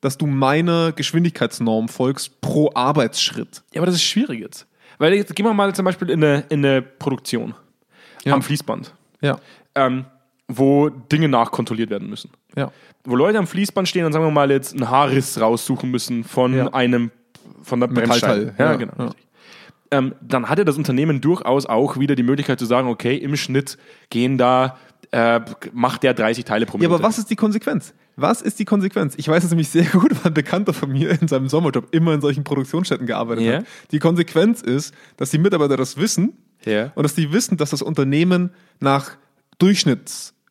B: dass du meiner Geschwindigkeitsnorm folgst pro Arbeitsschritt.
A: Ja, aber das ist schwierig jetzt. Weil jetzt gehen wir mal zum Beispiel in eine, in eine Produktion am Fließband,
B: Ja,
A: ähm, wo Dinge nachkontrolliert werden müssen.
B: ja.
A: Wo Leute am Fließband stehen und sagen wir mal jetzt einen Haarriss raussuchen müssen von
B: Ja.
A: einem, von der
B: Metallteil.
A: Bremsscheibe. Ja,
B: Ja,
A: genau.
B: ja.
A: richtig. Ähm, dann hatte das Unternehmen durchaus auch wieder die Möglichkeit zu sagen, okay, im Schnitt gehen da, äh, macht der 30 Teile pro
B: Ja,
A: Minute.
B: aber was ist die Konsequenz? Was ist die Konsequenz? Ich weiß es nämlich sehr gut, weil ein Bekannter von mir in seinem Sommerjob immer in solchen Produktionsstätten gearbeitet
A: Ja.
B: hat. Die Konsequenz ist, dass die Mitarbeiter das wissen
A: Ja.
B: und dass die wissen, dass das Unternehmen nach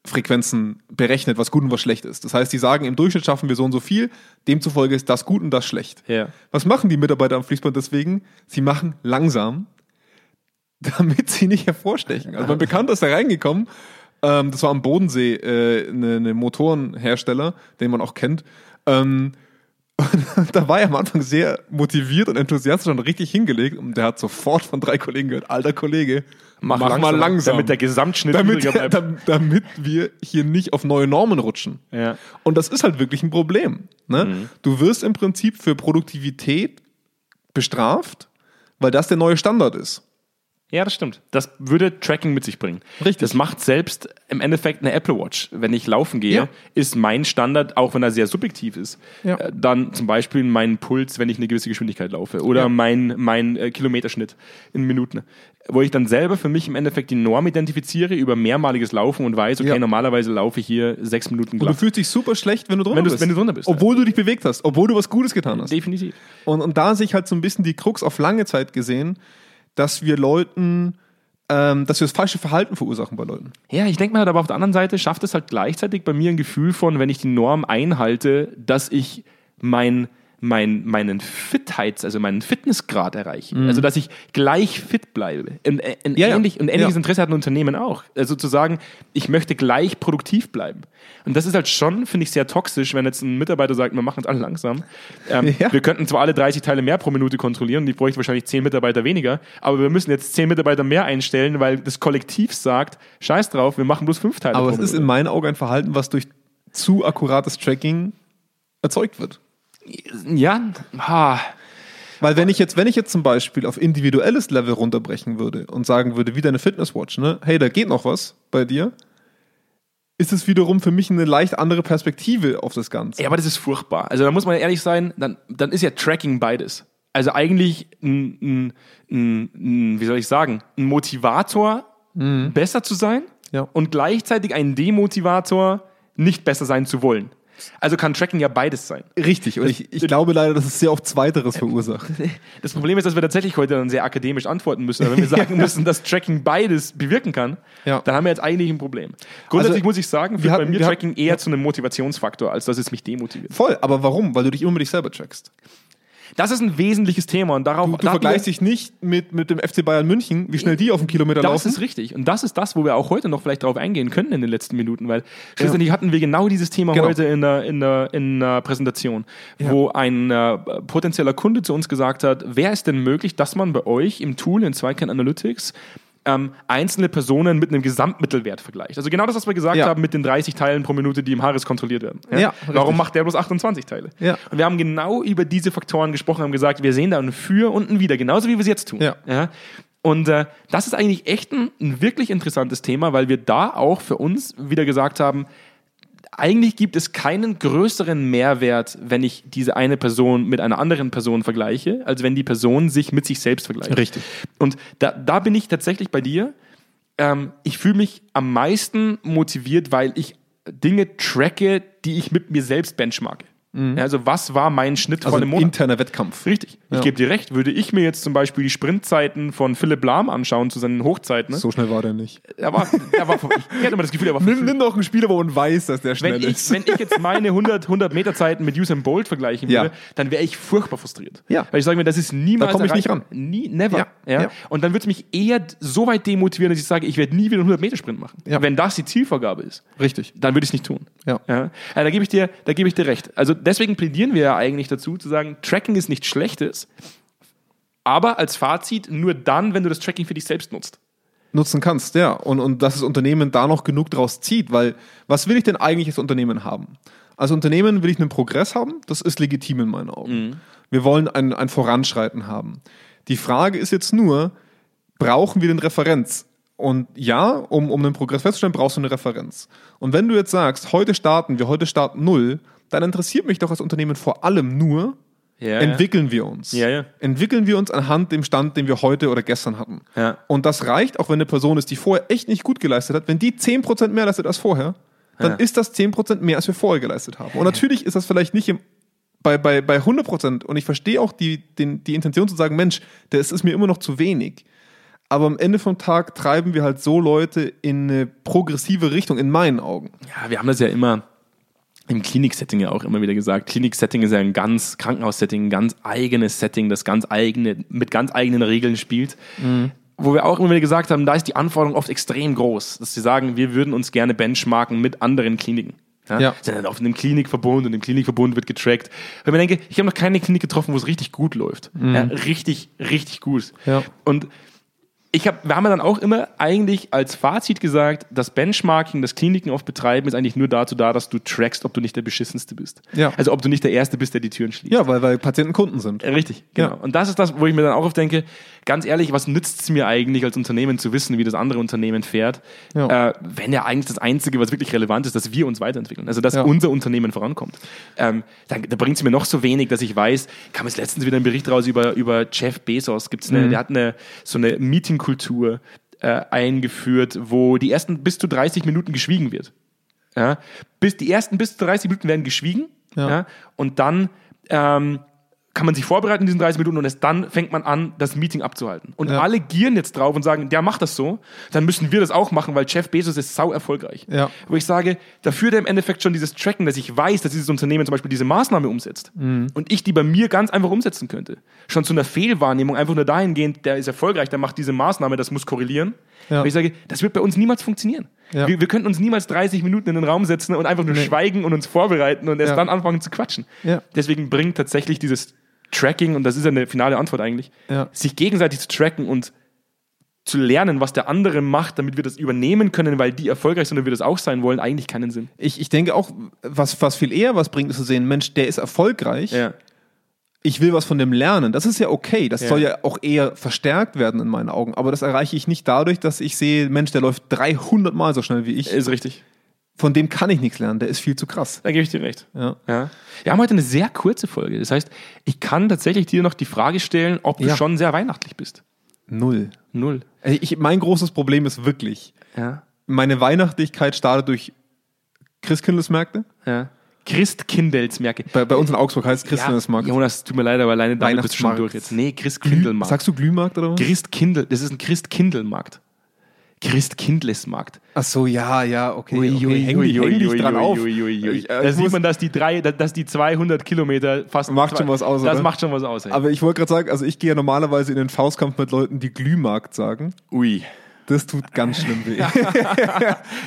B: Durchschnittsfrequenzen berechnet, was gut und was schlecht ist. Das heißt, die sagen, im Durchschnitt schaffen wir so und so viel, demzufolge ist das gut und das schlecht.
A: Ja.
B: Was machen die Mitarbeiter am Fließband deswegen? Sie machen langsam, [laughs] damit sie nicht hervorstechen. Also mein Bekannter ist da reingekommen, ähm, das war am Bodensee, äh, eine, eine Motorenhersteller, den man auch kennt. Ähm, [laughs] und da war er am Anfang sehr motiviert und enthusiastisch und richtig hingelegt. Und der hat sofort von drei Kollegen gehört, alter Kollege, mach, mal langsam.
A: Damit der Gesamtschnitt
B: damit,
A: niedriger bleibt.
B: dam- damit wir hier nicht auf neue Normen rutschen.
A: Ja. Mhm.
B: Und das ist halt wirklich ein Problem. Ne? Du wirst im Prinzip für Produktivität bestraft, weil das der neue Standard ist.
A: Ja, das stimmt. Das würde Tracking mit sich bringen.
B: Richtig.
A: Das macht selbst im Endeffekt eine Apple Watch. Wenn ich laufen gehe,
B: Ja.
A: ist mein Standard, auch wenn er sehr subjektiv ist,
B: Ja.
A: äh, dann zum Beispiel mein Puls, wenn ich eine gewisse Geschwindigkeit laufe oder
B: Ja.
A: mein, mein äh, Kilometerschnitt in Minuten, wo ich dann selber für mich im Endeffekt die Norm identifiziere über mehrmaliges Laufen und weiß, okay,
B: Ja.
A: normalerweise laufe ich hier sechs Minuten
B: Und du
A: glatt.
B: fühlst dich super schlecht, wenn du drunter
A: Wenn du-
B: bist.
A: wenn du drunter bist,
B: Obwohl du dich bewegt hast, obwohl du was Gutes getan hast.
A: Definitiv.
B: Und, und da sehe ich halt so ein bisschen die Krux auf lange Zeit gesehen, dass wir Leuten, ähm, dass wir das falsche Verhalten verursachen bei Leuten.
A: Ja, ich denke mal, halt, aber auf der anderen Seite schafft es halt gleichzeitig bei mir ein Gefühl von, wenn ich die Norm einhalte, dass ich mein, mein, meinen Fitheits-, also meinen Fitnessgrad erreiche. Also, dass ich gleich fit bleibe. Ein, ein
B: Mhm. Ja, ja.
A: ähnlich, Und ähnliches
B: Ja.
A: Interesse hat ein Unternehmen auch. Also zu sagen, ich möchte gleich produktiv bleiben. Und das ist halt schon, finde ich, sehr toxisch, wenn jetzt ein Mitarbeiter sagt, wir machen jetzt alle langsam. Ähm,
B: [laughs] Ja.
A: Wir könnten zwar alle 30 Teile mehr pro Minute kontrollieren, die bräuchte wahrscheinlich 10 Mitarbeiter weniger, aber wir müssen jetzt 10 Mitarbeiter mehr einstellen, weil das Kollektiv sagt, scheiß drauf, wir machen bloß 5 Teile
B: Aber
A: pro
B: es ist in
A: Minute.
B: meinen Augen ein Verhalten, was durch zu akkurates Tracking erzeugt wird.
A: Ja, ha.
B: Weil wenn ich jetzt, wenn ich jetzt zum Beispiel auf individuelles Level runterbrechen würde und sagen würde, wie deine Fitnesswatch, ne, hey, da geht noch was bei dir, ist es wiederum für mich eine leicht andere Perspektive auf das Ganze.
A: Ja, aber das ist furchtbar. Also da muss man ehrlich sein, dann, dann ist ja Tracking beides. Also eigentlich ein, ein, ein, ein wie soll ich sagen, ein Motivator, besser zu sein
B: Mhm. Ja.
A: und gleichzeitig ein Demotivator, nicht besser sein zu wollen. Also kann Tracking ja beides sein.
B: Richtig, und ich, ich glaube leider, dass es sehr oft Zweiteres verursacht.
A: Das Problem ist, dass wir tatsächlich heute dann sehr akademisch antworten müssen. Aber wenn wir
B: [laughs]
A: sagen müssen, dass Tracking beides bewirken kann,
B: Ja.
A: dann haben wir jetzt eigentlich ein Problem. Grundsätzlich
B: Also,
A: muss ich sagen,
B: wir
A: führt bei
B: hatten-
A: mir
B: wir
A: Tracking eher zu einem Motivationsfaktor, als dass es mich demotiviert.
B: [laughs] Voll, aber warum? Weil du dich immer mit dich selber checkst.
A: Das ist ein wesentliches Thema und darauf
B: Du vergleichst dich nicht mit, mit dem FC Bayern München, wie schnell die auf dem Kilometer
A: Das
B: laufen.
A: ist richtig. Und das ist das, wo wir auch heute noch vielleicht drauf eingehen können in den letzten Minuten, weil schlussendlich hatten wir genau dieses Thema
B: Genau.
A: heute in der, in der, in der Präsentation, wo ein äh, potenzieller Kunde zu uns gesagt hat, wäre es denn möglich, dass man bei euch im Tool in Zweikern Analytics ähm, einzelne Personen mit einem Gesamtmittelwert vergleicht. Also genau das, was wir gesagt
B: Ja.
A: haben mit den 30 Teilen pro Minute, die im Haares kontrolliert werden.
B: Ja,
A: Warum
B: richtig.
A: macht der bloß 28 Teile?
B: Ja.
A: Und wir haben genau über diese Faktoren gesprochen, haben gesagt, wir sehen da ein Für und ein Wider, genauso wie wir es jetzt tun.
B: Ja.
A: Ja? Und äh, das ist eigentlich echt ein, ein wirklich interessantes Thema, weil wir da auch für uns wieder gesagt haben, eigentlich gibt es keinen größeren Mehrwert, wenn ich diese eine Person mit einer anderen Person vergleiche, als wenn die Person sich mit sich selbst vergleicht.
B: Richtig.
A: Und da, da bin ich tatsächlich bei dir. Ähm, ich fühle mich am meisten motiviert, weil ich Dinge tracke, die ich mit mir selbst benchmarke. Ja, Also was war mein Schnitt
B: Mhm. Also
A: vor einem
B: ein
A: Monat?
B: interner Wettkampf.
A: Richtig.
B: Ja.
A: Ich gebe dir recht. Würde ich mir jetzt zum Beispiel die Sprintzeiten von Philipp Lahm anschauen zu seinen Hochzeiten, ne?
B: So schnell war der nicht.
A: er war, er
B: [laughs]
A: war, ich hatte immer das Gefühl, er war
B: Nimm, nimm doch einen Spieler, wo man weiß, dass der
A: wenn
B: schnell
A: ich,
B: ist.
A: wenn ich jetzt meine 100, 100 Meter Zeiten mit Usain Bolt vergleichen
B: Ja.
A: würde, dann wäre ich furchtbar frustriert.
B: Ja.
A: Weil ich sage mir, das ist niemals
B: Da komm ich nicht
A: erreichbar. Nie, never.
B: Ja.
A: Ja.
B: Ja.
A: Und dann würde es mich eher so weit demotivieren, dass ich sage, ich werde nie wieder einen 100 Meter Sprint machen.
B: Ja.
A: Wenn das die Zielvorgabe ist,
B: Richtig.
A: dann würde ich es nicht tun.
B: Ja.
A: Ja, Ja, da gebe ich dir, da gebe ich dir recht. Also deswegen plädieren wir ja eigentlich dazu zu sagen, Tracking ist nichts Schlechtes, aber als Fazit nur dann, wenn du das Tracking für dich selbst nutzt.
B: nutzen kannst, ja. Und, und dass das Unternehmen da noch genug draus zieht, weil was will ich denn eigentlich als Unternehmen haben? Als Unternehmen will ich einen Progress haben, das ist legitim in meinen Augen. Wir wollen ein, ein Voranschreiten haben. Die Frage ist jetzt nur, brauchen wir den Referenz? Und ja, um, um einen Progress festzustellen, brauchst du eine Referenz. Und wenn du jetzt sagst, heute starten wir, heute starten null, dann interessiert mich doch als Unternehmen vor allem nur,
A: Ja,
B: entwickeln wir uns.
A: Ja, ja.
B: Entwickeln wir uns anhand dem Stand, den wir heute oder gestern hatten.
A: Ja.
B: Und das reicht, auch wenn eine Person ist, die vorher echt nicht gut geleistet hat, wenn die 10% mehr leistet als vorher, dann ist das 10% mehr, als wir vorher geleistet haben. Und natürlich ist das vielleicht nicht im, bei, bei, bei 100%. Und ich verstehe auch die, den, die Intention zu sagen, Mensch, das ist mir immer noch zu wenig. Aber am Ende vom Tag treiben wir halt so Leute in eine progressive Richtung, in meinen Augen.
A: Ja, wir haben das ja immer im Klinik-Setting ja auch immer wieder gesagt. Klinik-Setting ist ja ein ganz Krankenhaus-Setting, ein ganz eigenes Setting, das ganz eigene, mit ganz eigenen Regeln spielt. Wo wir auch immer wieder gesagt haben, da ist die Anforderung oft extrem groß, dass sie sagen, wir würden uns gerne benchmarken mit anderen Kliniken. Ja,
B: Ja.
A: Sind dann auf einem Klinikverbund und im Klinikverbund wird getrackt. Wenn man denke, ich habe noch keine Klinik getroffen, wo es richtig gut läuft. Ja, richtig, richtig gut.
B: Ja.
A: Und ich hab, wir haben ja dann auch immer eigentlich als Fazit gesagt, das Benchmarking, das Kliniken oft betreiben, ist eigentlich nur dazu da, dass du trackst, ob du nicht der Beschissenste bist.
B: Ja.
A: Also ob du nicht der Erste bist, der die Türen schließt.
B: Ja, weil, weil Patienten Kunden sind.
A: Äh, Richtig, genau.
B: Ja.
A: Und das ist das, wo ich mir dann auch oft denke, ganz ehrlich, was nützt es mir eigentlich als Unternehmen zu wissen, wie das andere Unternehmen fährt,
B: Ja.
A: äh, wenn ja eigentlich das Einzige, was wirklich relevant ist, dass wir uns weiterentwickeln, also dass
B: Ja.
A: unser Unternehmen vorankommt. Ähm, dann, da bringt es mir noch so wenig, dass ich weiß, kam jetzt letztens wieder ein Bericht raus über, über Jeff Bezos, gibt's
B: Mhm.
A: eine, der hat eine, so eine Meetingkultur äh, eingeführt, wo die ersten bis zu 30 Minuten geschwiegen wird. Ja, bis die ersten bis zu 30 Minuten werden geschwiegen. Ja.
B: Ja.
A: und dann ähm, kann man sich vorbereiten in diesen 30 Minuten und erst dann fängt man an, das Meeting abzuhalten. Und
B: Ja.
A: alle gieren jetzt drauf und sagen, der macht das so, dann müssen wir das auch machen, weil Jeff Bezos ist sau erfolgreich.
B: Ja.
A: Wo ich sage, da führt er im Endeffekt schon dieses Tracken, dass ich weiß, dass dieses Unternehmen zum Beispiel diese Maßnahme umsetzt
B: Mhm.
A: und ich die bei mir ganz einfach umsetzen könnte. Schon zu einer Fehlwahrnehmung, einfach nur dahingehend, der ist erfolgreich, der macht diese Maßnahme, das muss korrelieren.
B: Ja.
A: Wo ich sage, das wird bei uns niemals funktionieren.
B: Ja.
A: Wir, wir könnten uns niemals 30 Minuten in den Raum setzen und einfach nur schweigen und uns vorbereiten und erst
B: Ja.
A: dann anfangen zu quatschen.
B: Ja.
A: Deswegen bringt tatsächlich dieses Tracking, und das ist ja eine finale Antwort eigentlich,
B: Ja.
A: sich gegenseitig zu tracken und zu lernen, was der andere macht, damit wir das übernehmen können, weil die erfolgreich sind und wir das auch sein wollen, eigentlich keinen Sinn.
B: Ich, ich denke auch, was, was viel eher was bringt, ist zu sehen, Mensch, der ist erfolgreich. ich will was von dem lernen. Das ist ja okay. Das
A: Ja.
B: soll ja auch eher verstärkt werden in meinen Augen. Aber das erreiche ich nicht dadurch, dass ich sehe, Mensch, der läuft 300 Mal so schnell wie ich.
A: Ist richtig.
B: Von dem kann ich nichts lernen. Der ist viel zu krass.
A: Da gebe ich dir recht.
B: Ja.
A: Ja. Wir haben heute eine sehr kurze Folge. Das heißt, ich kann tatsächlich dir noch die Frage stellen, ob du
B: Ja.
A: schon sehr weihnachtlich bist.
B: Null.
A: Null.
B: Also ich, mein großes Problem ist wirklich,
A: Ja.
B: meine Weihnachtlichkeit startet durch Christkindlesmärkte.
A: Ja. Christkindelsmärkte.
B: Bei, bei uns in Augsburg heißt es
A: Ja,
B: Christkindlesmarkt.
A: Jonas, tut mir leid, aber alleine damit bist du schon durch
B: Weihnachtsmarkt.
A: jetzt. Nee, Christkindlmarkt.
B: Sagst du Glühmarkt oder was?
A: Christkindl, das ist ein Christkindlmarkt. Christkindlesmarkt.
B: Ach so, ja, ja, okay. okay. häng
A: ui,
B: dich, häng
A: ui,
B: dich
A: ui,
B: dran
A: ui,
B: auf.
A: ui, ui, ui.
B: Ich, äh,
A: Da
B: ich
A: sieht
B: muss-
A: man, dass die, drei, dass die 200 Kilometer fast.
B: Macht
A: zwei-
B: schon was aus,
A: Das
B: oder?
A: macht schon was aus, ey.
B: aber ich wollte gerade sagen, also ich gehe ja normalerweise in den Faustkampf mit Leuten, die Glühmarkt sagen.
A: Ui.
B: Das tut ganz schlimm
A: [laughs]
B: weh.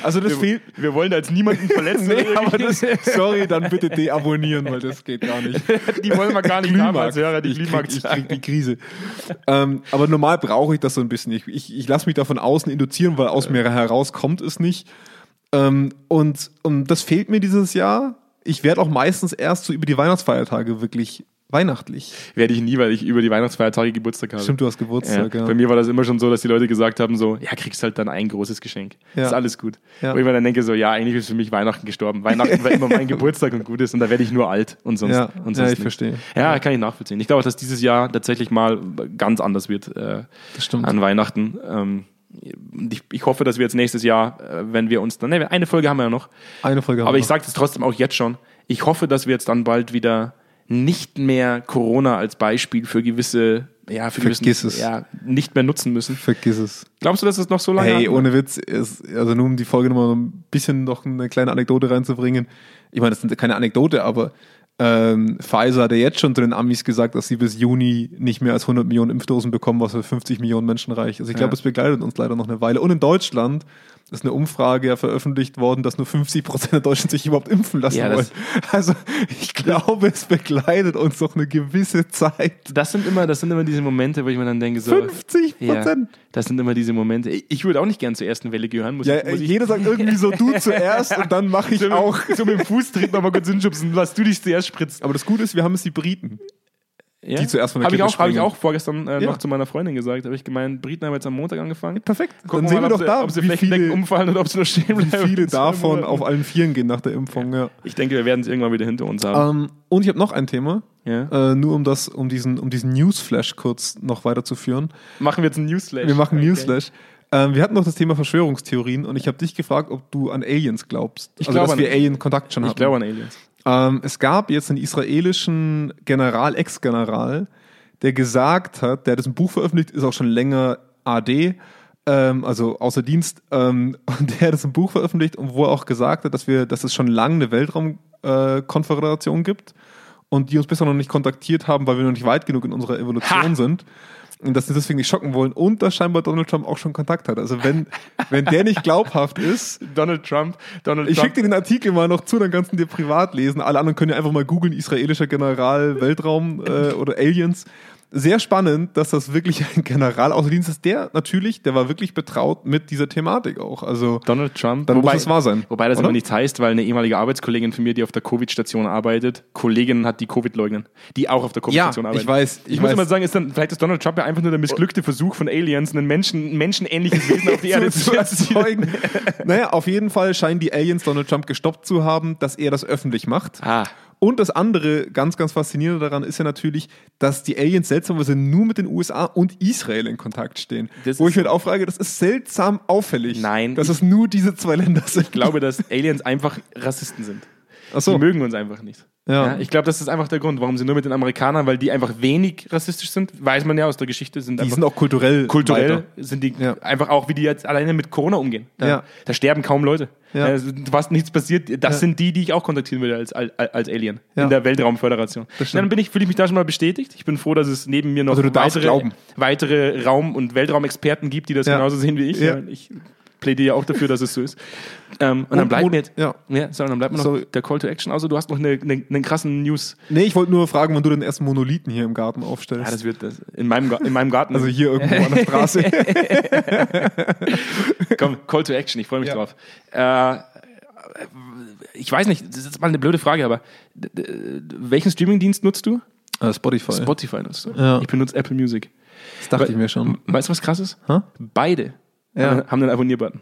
B: also das fehlt.
A: Wir wollen da jetzt niemanden [laughs] verletzen.
B: [laughs] Nee, aber das, sorry, dann bitte deabonnieren, weil das geht gar nicht.
A: die wollen wir gar nicht haben als Hörer, die
B: ich, krieg,
A: Glühmarkt
B: ich
A: sagen.
B: krieg die Krise. ähm, aber normal brauche ich das so ein bisschen. Ich, ich, ich lasse mich da von außen induzieren, weil aus mir heraus kommt es nicht. Ähm, und, und das fehlt mir dieses Jahr. Ich werde auch meistens erst so über die Weihnachtsfeiertage wirklich weihnachtlich.
A: Werde ich nie, weil ich über die Weihnachtsfeiertage Geburtstag habe.
B: Stimmt, du hast
A: Ja,
B: Geburtstag, ja.
A: bei mir war das immer schon so, dass die Leute gesagt haben: so, ja, kriegst halt dann ein großes Geschenk.
B: Ja.
A: Ist alles gut.
B: Ja.
A: Wo ich mir dann denke, so, ja, eigentlich ist für mich Weihnachten gestorben. Weihnachten war immer
B: [laughs]
A: mein Geburtstag und gut ist und da werde ich nur alt und sonst.
B: Ja.
A: und sonst
B: Ja, ich
A: nichts.
B: verstehe.
A: Ja, kann ich nachvollziehen. Ich glaube, dass dieses Jahr tatsächlich mal ganz anders wird äh,
B: Das stimmt.
A: an Weihnachten. Ähm, ich, ich hoffe, dass wir jetzt nächstes Jahr, äh, wenn wir uns dann, ne, eine Folge haben wir ja noch,
B: Eine Folge haben
A: aber
B: wir
A: ich sage es trotzdem auch jetzt schon. Ich hoffe, dass wir jetzt dann bald wieder nicht mehr Corona als Beispiel für gewisse, ja, für gewissen,
B: Vergiss es.
A: ja, nicht mehr nutzen müssen.
B: noch. Vergiss es.
A: Glaubst du, dass es noch so lange
B: Hey,
A: hat?
B: ohne Witz, es- also nur um die Folge nochmal so ein bisschen noch eine kleine Anekdote reinzubringen. Ich meine, das ist keine Anekdote, aber ähm, Pfizer hat ja jetzt schon zu den Amis gesagt, dass sie bis Juni nicht mehr als 100 Millionen Impfdosen bekommen, was für 50 Millionen Menschen reicht. Also ich glaube,
A: Ja.
B: es begleitet uns leider noch eine Weile. Und in Deutschland ist eine Umfrage ja veröffentlicht worden, dass nur 50 Prozent der Deutschen sich überhaupt impfen lassen
A: Ja,
B: wollen.
A: das-
B: Also ich glaube, es begleitet uns noch eine gewisse Zeit.
A: Das sind immer, das sind immer diese Momente, wo ich mir dann denke, so.
B: 50 Prozent.
A: Ja, das sind immer diese Momente. Ich ich würde auch nicht gern zur ersten Welle gehören. Muss
B: Ja,
A: ich,
B: äh,
A: muss ich
B: jeder sagt irgendwie so
A: [laughs]
B: du zuerst und dann mache ich
A: so mit,
B: auch.
A: [laughs] So mit dem Fußtritt nochmal kurz hinschubsen, was du dich zuerst spritzt.
B: Aber das Gute ist, wir haben es die Briten.
A: Ja?
B: die zuerst von der
A: Habe ich,
B: Klippe
A: auch- hab ich
B: springen.
A: auch vorgestern äh,
B: Ja.
A: noch zu meiner Freundin gesagt. Habe ich gemeint, Briten haben jetzt am Montag angefangen.
B: Perfekt.
A: Gucken
B: Dann sehen
A: mal, ob
B: wir doch
A: sie,
B: da,
A: ob sie
B: wie
A: flächendeckend
B: viele,
A: umfallen oder ob sie noch stehen
B: wie
A: bleiben. [laughs]
B: viele
A: in zwei
B: davon
A: Monaten.
B: auf allen Vieren gehen nach der Impfung. Ja.
A: Ich denke, wir werden es irgendwann wieder hinter uns haben.
B: Ähm, und ich habe noch ein Thema,
A: Ja.
B: äh, nur um, das, um diesen, um diesen Newsflash kurz noch weiterzuführen.
A: Machen wir jetzt einen Newsflash.
B: Wir machen
A: Okay.
B: Newsflash. Ähm, wir hatten noch das Thema Verschwörungstheorien und ich habe dich gefragt, ob du an Aliens glaubst.
A: Ich
B: also,
A: glaube
B: dass
A: an-
B: wir Alien-Kontakt schon
A: Ich
B: hatten.
A: glaube an Aliens.
B: Ähm, es gab jetzt einen israelischen General, Ex-General, der gesagt hat, der hat jetzt ein Buch veröffentlicht, ist auch schon länger AD, ähm, also außer Dienst, ähm, [laughs] und der hat jetzt ein Buch veröffentlicht, und wo er auch gesagt hat, dass, wir, dass es schon lange eine Weltraumkonföderation gibt und die uns bisher noch nicht kontaktiert haben, weil wir noch nicht weit genug in unserer Evolution
A: Ha!
B: sind. Und dass sie deswegen nicht schocken wollen und dass scheinbar Donald Trump auch schon Kontakt hat. Also wenn, wenn der nicht glaubhaft ist,
A: Donald Trump. Donald
B: ich schicke
A: Trump.
B: dir den Artikel mal noch zu, dann kannst du ihn dir privat lesen. Alle anderen können ja einfach mal googeln, israelischer General, Weltraum äh, oder Aliens. Sehr spannend, dass das wirklich ein General außer Dienst ist. Der natürlich, der war wirklich betraut mit dieser Thematik auch. Also
A: Donald Trump.
B: Dann muss es wahr sein,
A: Wobei das
B: oder?
A: immer nichts heißt, weil eine ehemalige Arbeitskollegin von mir, die auf der Covid-Station arbeitet, Kollegin hat, die Covid leugnen, die auch auf der Covid-Station
B: Ja,
A: arbeitet.
B: ich weiß,
A: Ich,
B: ich
A: muss
B: weiß.
A: immer sagen, ist dann, vielleicht ist Donald Trump ja einfach nur der missglückte Versuch von Aliens, einen Menschen, ein menschenähnliches Wesen
B: [laughs]
A: auf die Erde zu erzielen.
B: erzeugen. naja, auf jeden Fall scheinen die Aliens Donald Trump gestoppt zu haben, dass er das öffentlich macht.
A: Ah.
B: Und das andere, ganz, ganz faszinierende daran ist ja natürlich, dass die Aliens seltsamerweise nur mit den USA und Israel in Kontakt stehen.
A: Das
B: Wo
A: ist-
B: ich mir halt auch frage, das ist seltsam auffällig.
A: Nein,
B: Dass
A: ich-
B: es nur diese zwei Länder sind.
A: Ich glaube, dass Aliens einfach Rassisten sind.
B: Ach
A: Die
B: so.
A: mögen uns einfach nicht.
B: Ja.
A: ich glaube, das ist einfach der Grund, warum sie nur mit den Amerikanern, weil die einfach wenig rassistisch sind, weiß man ja aus der Geschichte, sind
B: Die
A: einfach
B: sind auch kulturell.
A: kulturell
B: weiter.
A: sind die
B: Ja.
A: einfach auch, wie die jetzt alleine mit Corona umgehen. Da,
B: Ja.
A: da sterben kaum Leute.
B: Ja.
A: Äh, fast nichts passiert. Das
B: Ja.
A: sind die, die ich auch kontaktieren würde als, als, als Alien
B: Ja.
A: in der Weltraumföderation.
B: stimmt.
A: Dann bin ich, fühle ich mich da schon mal bestätigt. Ich bin froh, dass es neben mir noch
B: Also du darfst
A: weitere,
B: glauben.
A: weitere Raum- und Weltraumexperten gibt, die das
B: Ja.
A: genauso sehen wie ich.
B: Ja.
A: Ich plädiere ja auch dafür, dass es so ist. Ähm, und,
B: Und-
A: dann bleibt
B: und-
A: mir jetzt,
B: ja.
A: Ja, sorry, dann bleibt mir noch
B: Sorry.
A: der Call to Action. Also du hast noch eine- eine- einen krassen News.
B: Nee, ich wollte nur fragen, wann du den ersten Monolithen hier im Garten aufstellst.
A: Ja, das wird das. In meinem, Ga- in meinem Garten.
B: also hier irgendwo an der Straße.
A: [laughs] Komm, Call to Action, ich freue mich
B: Ja.
A: drauf. Äh, ich weiß nicht, das ist jetzt mal eine blöde Frage, aber d- d- welchen Streamingdienst nutzt du?
B: Spotify.
A: Spotify nutzt du.
B: Ja.
A: Ich benutze Apple Music.
B: das dachte ich mir schon.
A: Weißt du, was krass ist?
B: Hä?
A: Beide
B: Ja.
A: haben- haben einen Abonnierbutton.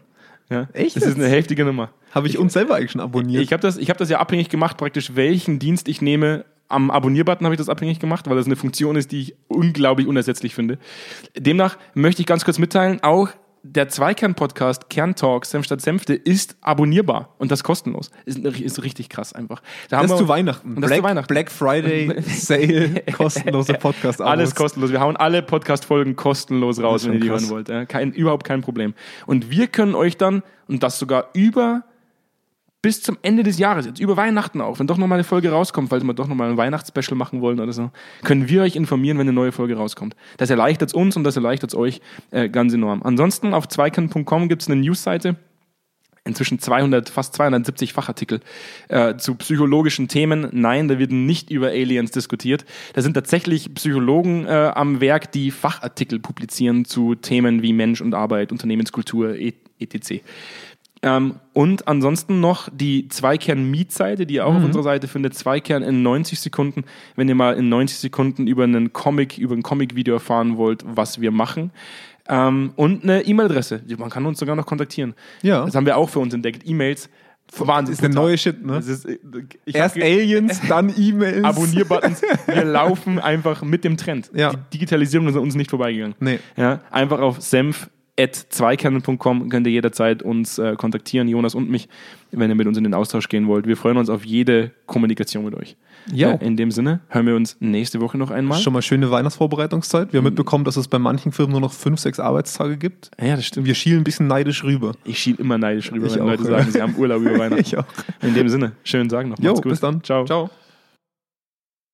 A: Ja.
B: Echt
A: Das ist
B: jetzt?
A: eine heftige Nummer.
B: Habe ich, uns selber eigentlich schon abonniert?
A: Ich habe das, ich hab das ja abhängig gemacht, praktisch welchen Dienst ich nehme. Am Abonnierbutton habe ich das abhängig gemacht, weil das eine Funktion ist, die ich unglaublich unersetzlich finde. Demnach möchte ich ganz kurz mitteilen, auch der Zweikern-Podcast Kerntalk Senf statt Senfte ist abonnierbar und das kostenlos. Ist, ist richtig krass einfach. Da haben
B: das
A: wir-
B: zu Weihnachten.
A: Und Das zu Weihnachten.
B: Black
A: [laughs]
B: Friday, Sale, kostenlose podcast
A: Alles kostenlos. Wir hauen alle Podcast-Folgen kostenlos raus,
B: ist
A: wenn ihr die
B: schon krass.
A: hören wollt. Ja, kein, überhaupt kein Problem. Und wir können euch dann, und das sogar über bis zum Ende des Jahres, jetzt über Weihnachten auch, wenn doch nochmal eine Folge rauskommt, falls wir doch nochmal ein Weihnachtsspecial machen wollen oder so, können wir euch informieren, wenn eine neue Folge rauskommt. Das erleichtert es uns und das erleichtert es euch äh, ganz enorm. Ansonsten auf zweikern.com gibt es eine Newsseite, inzwischen 200, fast 270 Fachartikel äh, zu psychologischen Themen. Nein, da wird nicht über Aliens diskutiert. Da sind tatsächlich Psychologen äh, am Werk, die Fachartikel publizieren zu Themen wie Mensch und Arbeit, Unternehmenskultur, et- E- etc. Ähm, und ansonsten noch die Zweikern-Mietseite, die ihr
B: Mhm.
A: auch auf unserer Seite findet. Zweikern in 90 Sekunden. Wenn ihr mal in 90 Sekunden über einen Comic, über ein Comic-Video erfahren wollt, was wir machen. Ähm, und eine E-Mail-Adresse. Man kann uns sogar noch kontaktieren.
B: Ja.
A: Das haben wir auch für uns entdeckt. E-Mails. Wahnsinn.
B: Ist der neue Shit, ne?
A: Das ist, äh, ich hab
B: Erst
A: ge- [laughs]
B: Aliens, dann E-Mails.
A: Abonnierbuttons. Wir laufen einfach mit dem Trend.
B: Ja.
A: Die Digitalisierung ist an uns nicht vorbeigegangen.
B: Nee.
A: Ja, einfach auf senf.zweikern.com könnt ihr jederzeit uns äh, kontaktieren, Jonas und mich, wenn ihr mit uns in den Austausch gehen wollt. Wir freuen uns auf jede Kommunikation mit euch.
B: Ja.
A: Äh, in dem Sinne hören wir uns nächste Woche noch einmal.
B: Schon mal schöne Weihnachtsvorbereitungszeit. Wir
A: Mhm.
B: haben mitbekommen, dass es bei manchen Firmen nur noch fünf, sechs Arbeitstage gibt.
A: Ja, das stimmt.
B: Wir schielen ein bisschen neidisch rüber.
A: Ich schiel immer neidisch rüber,
B: Ich
A: wenn
B: auch,
A: Leute
B: ja. [laughs]
A: sagen, sie haben Urlaub über Weihnachten.
B: Ich auch.
A: In dem Sinne, schönen Sagen noch.
B: Jo,
A: Macht's gut.
B: bis dann.
A: Ciao.
B: Ciao.